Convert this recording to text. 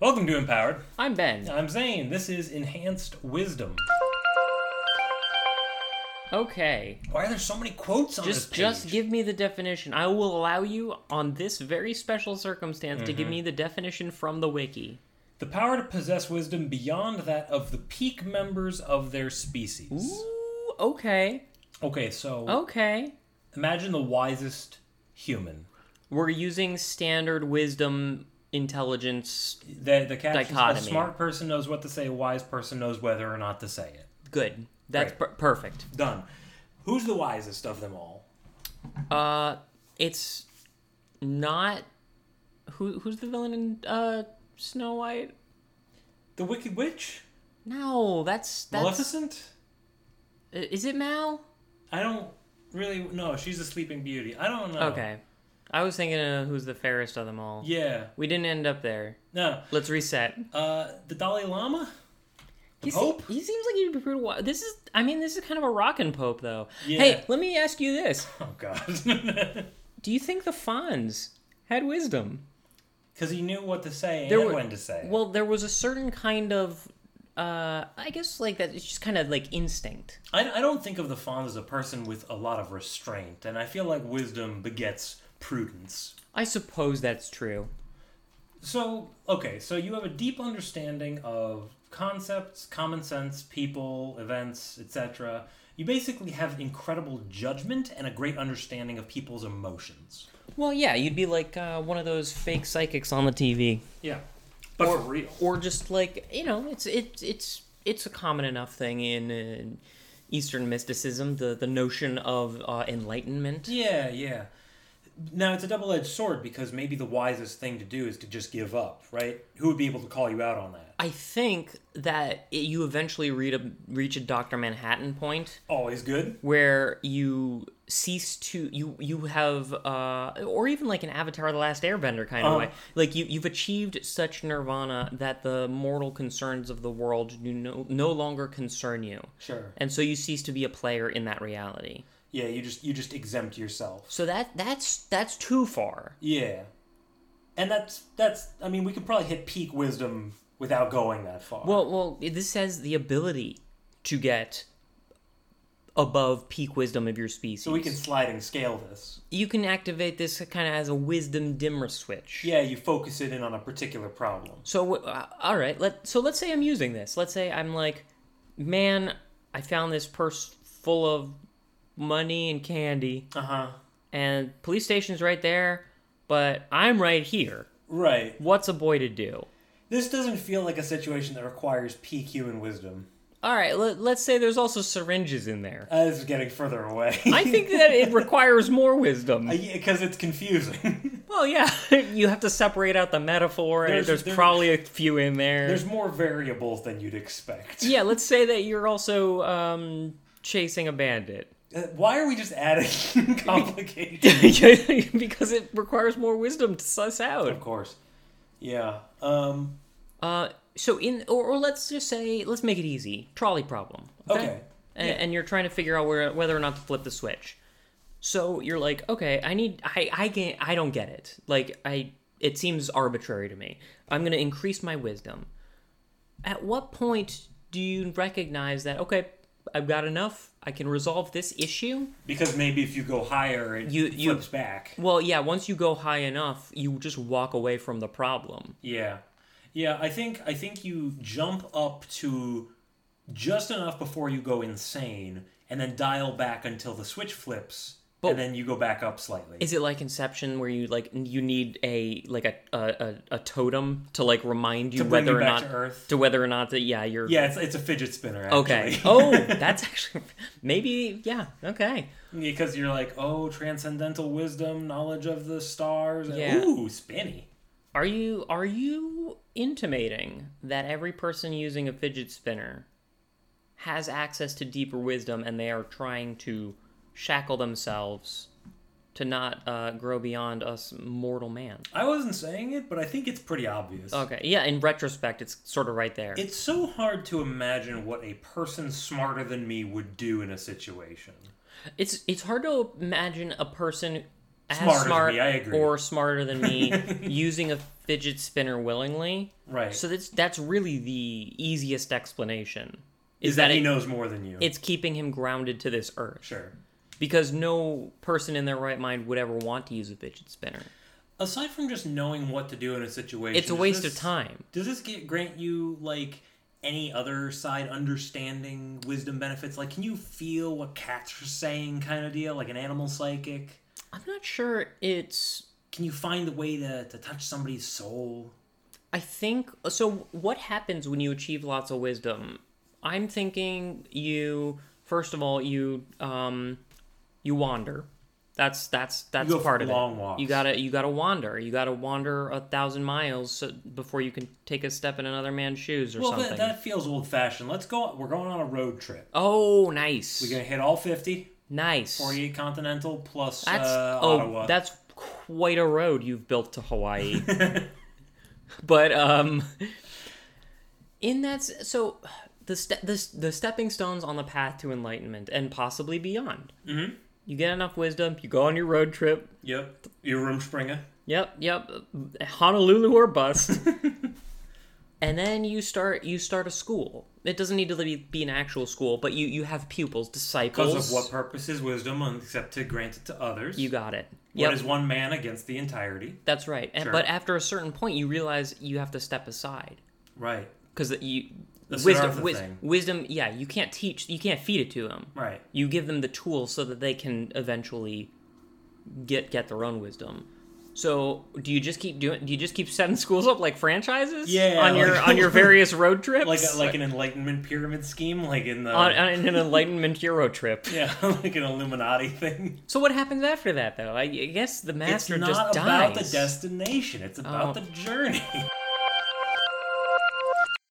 Welcome to Empowered. I'm Ben. I'm Zane. This is Enhanced Wisdom. Okay. Why are there so many quotes on Just this just page? give me the definition. I will allow you on this very special circumstance to Mm-hmm. give me the definition from the wiki. the power to possess wisdom beyond that of the peak members of their species. Ooh, Oh. okay. Okay, so Okay. imagine the wisest human. We're using standard wisdom intelligence. The the caption says, Dichotomy. a smart person knows what to say, a wise person knows whether or not to say it. Good. That's per- perfect. Done. Who's the wisest of them all? Uh it's not who who's the villain in uh Snow White? The Wicked Witch? No, that's that's Maleficent? Is it Mal? I don't really know. She's a Sleeping Beauty. I don't know. Okay. I was thinking of who's the fairest of them all. Yeah. We didn't end up there. No. Let's reset. Uh, the Dalai Lama? He, Pope? se- he seems like he'd be pretty wild. This is, I mean, this is kind of a rockin' pope, though. Yeah. Hey, let me ask you this: Oh God. Do you think the Fonz had wisdom? Because he knew what to say and There were- when to say. it. Well, there was a certain kind of, uh, I guess, like that. It's just kind of like instinct. I, I don't think of the Fonz as a person with a lot of restraint, and I feel like wisdom begets prudence. I suppose that's true. So, okay, so you have a deep understanding of concepts, common sense, people, events, etc. You basically have incredible judgment and a great understanding of people's emotions. Well, yeah, you'd be like uh, one of those fake psychics on the TV, Yeah. But for real. or just like you know, it's it's it's it's a common enough thing in. Uh, Eastern mysticism, the, the notion of uh, enlightenment. Yeah, yeah. Now it's a double-edged sword because maybe the wisest thing to do is to just give up, right? Who would be able to call you out on that? I think that it, you eventually read a, reach a Doctor Manhattan point Always good. where you cease to you you have uh or even like an Avatar: The Last Airbender kind Uh-huh. of way. Like you you've achieved such nirvana that the mortal concerns of the world do no no longer concern you, Sure. and so you cease to be a player in that reality. Yeah, you just you just exempt yourself. So that that's that's too far. Yeah. And that's that's I mean, we could probably hit peak wisdom without going that far. Well, well, this says the ability to get above peak wisdom of your species. so we can sliding scale this. you can activate this kind of as a wisdom dimmer switch. Yeah, you focus it in on a particular problem. So uh, all right, let so let's say I'm using this. Let's say I'm like, man, I found this purse full of money and candy, Uh-huh. and police station's right there, but I'm right here. Right. What's a boy to do? This doesn't feel like a situation that requires peak human wisdom. All right, let, let's say there's also syringes in there. Uh, this is getting further away. I think that it requires more wisdom. because it's confusing. Well, yeah, you have to separate out the metaphor. and There's- There's, there's- probably a few in there. There's more variables than you'd expect. Yeah, let's say that you're also um, chasing a bandit. Uh, Why are we just adding complications? because it requires more wisdom to suss of out. course. Yeah. Um, Uh, so in or, or let's just say let's make it easy. Trolley problem. okay. A- And, you're trying to figure out where, whether or not to flip the switch. So you're like, okay, I need I I can I don't get it. Like I it seems arbitrary to me. I'm going to increase my wisdom. At what point do you recognize that okay, I've got enough. I can resolve this issue? Because maybe if you go higher, it You- you- flips back. Well, yeah, once you go high enough, you just walk away from the problem. Yeah. Yeah, I think I think you jump up to just enough before you go insane and then dial back until the switch flips But- and then you go back up slightly. Is it like Inception where you like you need a like a a, a, a totem to like remind you bring whether you or back not to Earth? whether or not that yeah you're yeah, it's, it's a fidget spinner actually. okay oh that's actually maybe yeah okay Because you're like, "Oh, transcendental wisdom, knowledge of the stars." and- Yeah. Ooh, spinny. are you are you intimating that every person using a fidget spinner has access to deeper wisdom and they are trying to shackle themselves to not uh, grow beyond us mortal man I wasn't saying it, but I think it's pretty obvious. okay yeah in retrospect it's sort of right there It's so hard to imagine what a person smarter than me would do in a situation. It's it's hard to imagine a person as Smarter than smart me, I agree. or smarter than me using a fidget spinner willingly. Right. So that's that's really the easiest explanation. is that, he it- knows more than you? it's keeping him grounded to this earth sure. because no person in their right mind would ever want to use a fidget spinner. Aside from just knowing what to do in a situation, It's a does waste this- of time. Does this get, grant you like any other side understanding, wisdom benefits? Like, can you feel what cats are saying, kind of deal, like an animal psychic? I'm not sure it's Can you find the way to, to touch somebody's soul? I think so. What happens when you achieve lots of wisdom? I'm thinking you first of all you um you wander. That's that's that's You go part for of long it. walks. You gotta you gotta wander. You gotta wander a thousand miles so, before you can take a step in another man's shoes or Well, something. that, that feels old fashioned. Let's go. We're going on a road trip. oh, nice, We're gonna hit all 50, nice. 48 continental plus that's uh, oh, Ottawa. that's quite a road you've built to Hawaii. but um, in that s- so the ste- the s- the stepping stones on the path to enlightenment and possibly beyond. Mm-hmm. You get enough wisdom, you go on your road trip. Yep, your room springer. Yep, yep, Honolulu or bust. And then you start you start a school. It doesn't need to be, be an actual school, but you you have pupils, disciples. Because of what purpose is wisdom, and except to grant it to others? you got it. What Yep. is one man against the entirety? That's right. And, Sure. But after a certain point, you realize you have to step aside Right, because you The Siddhartha wisdom, wis- thing. wisdom. Yeah, you can't teach. You can't feed it to them. right. You give them the tools so that they can eventually get get their own wisdom. So, do you just keep doing? Do you just keep setting schools up like franchises? Yeah, on your like- on your various road trips, Like a, like an enlightenment pyramid scheme, like in the on, on an enlightenment hero trip. yeah, like an Illuminati thing. So, what happens after that, though? I, I guess the It's master not just about dies. the destination; it's about Oh. the journey.